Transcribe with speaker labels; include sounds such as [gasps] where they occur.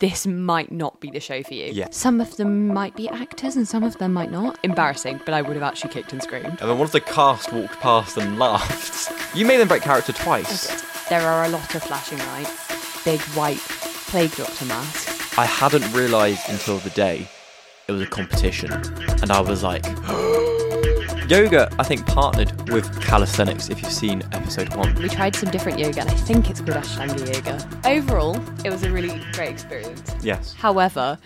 Speaker 1: this might not be the show for you.
Speaker 2: Yeah.
Speaker 1: Some of them might be actors and some of them might not. Embarrassing, but I would have actually kicked and screamed.
Speaker 2: And then one of the cast walked past and laughed. You made them break character twice.
Speaker 1: There are a lot of flashing lights, big white plague doctor masks.
Speaker 2: I hadn't realised until the day it was a competition, and I was like, [gasps] yoga. I think partnered with calisthenics. If you've seen episode one,
Speaker 1: We tried some different yoga, and I think it's called Ashtanga yoga. Overall, it was a really great experience.
Speaker 2: yes,
Speaker 1: However,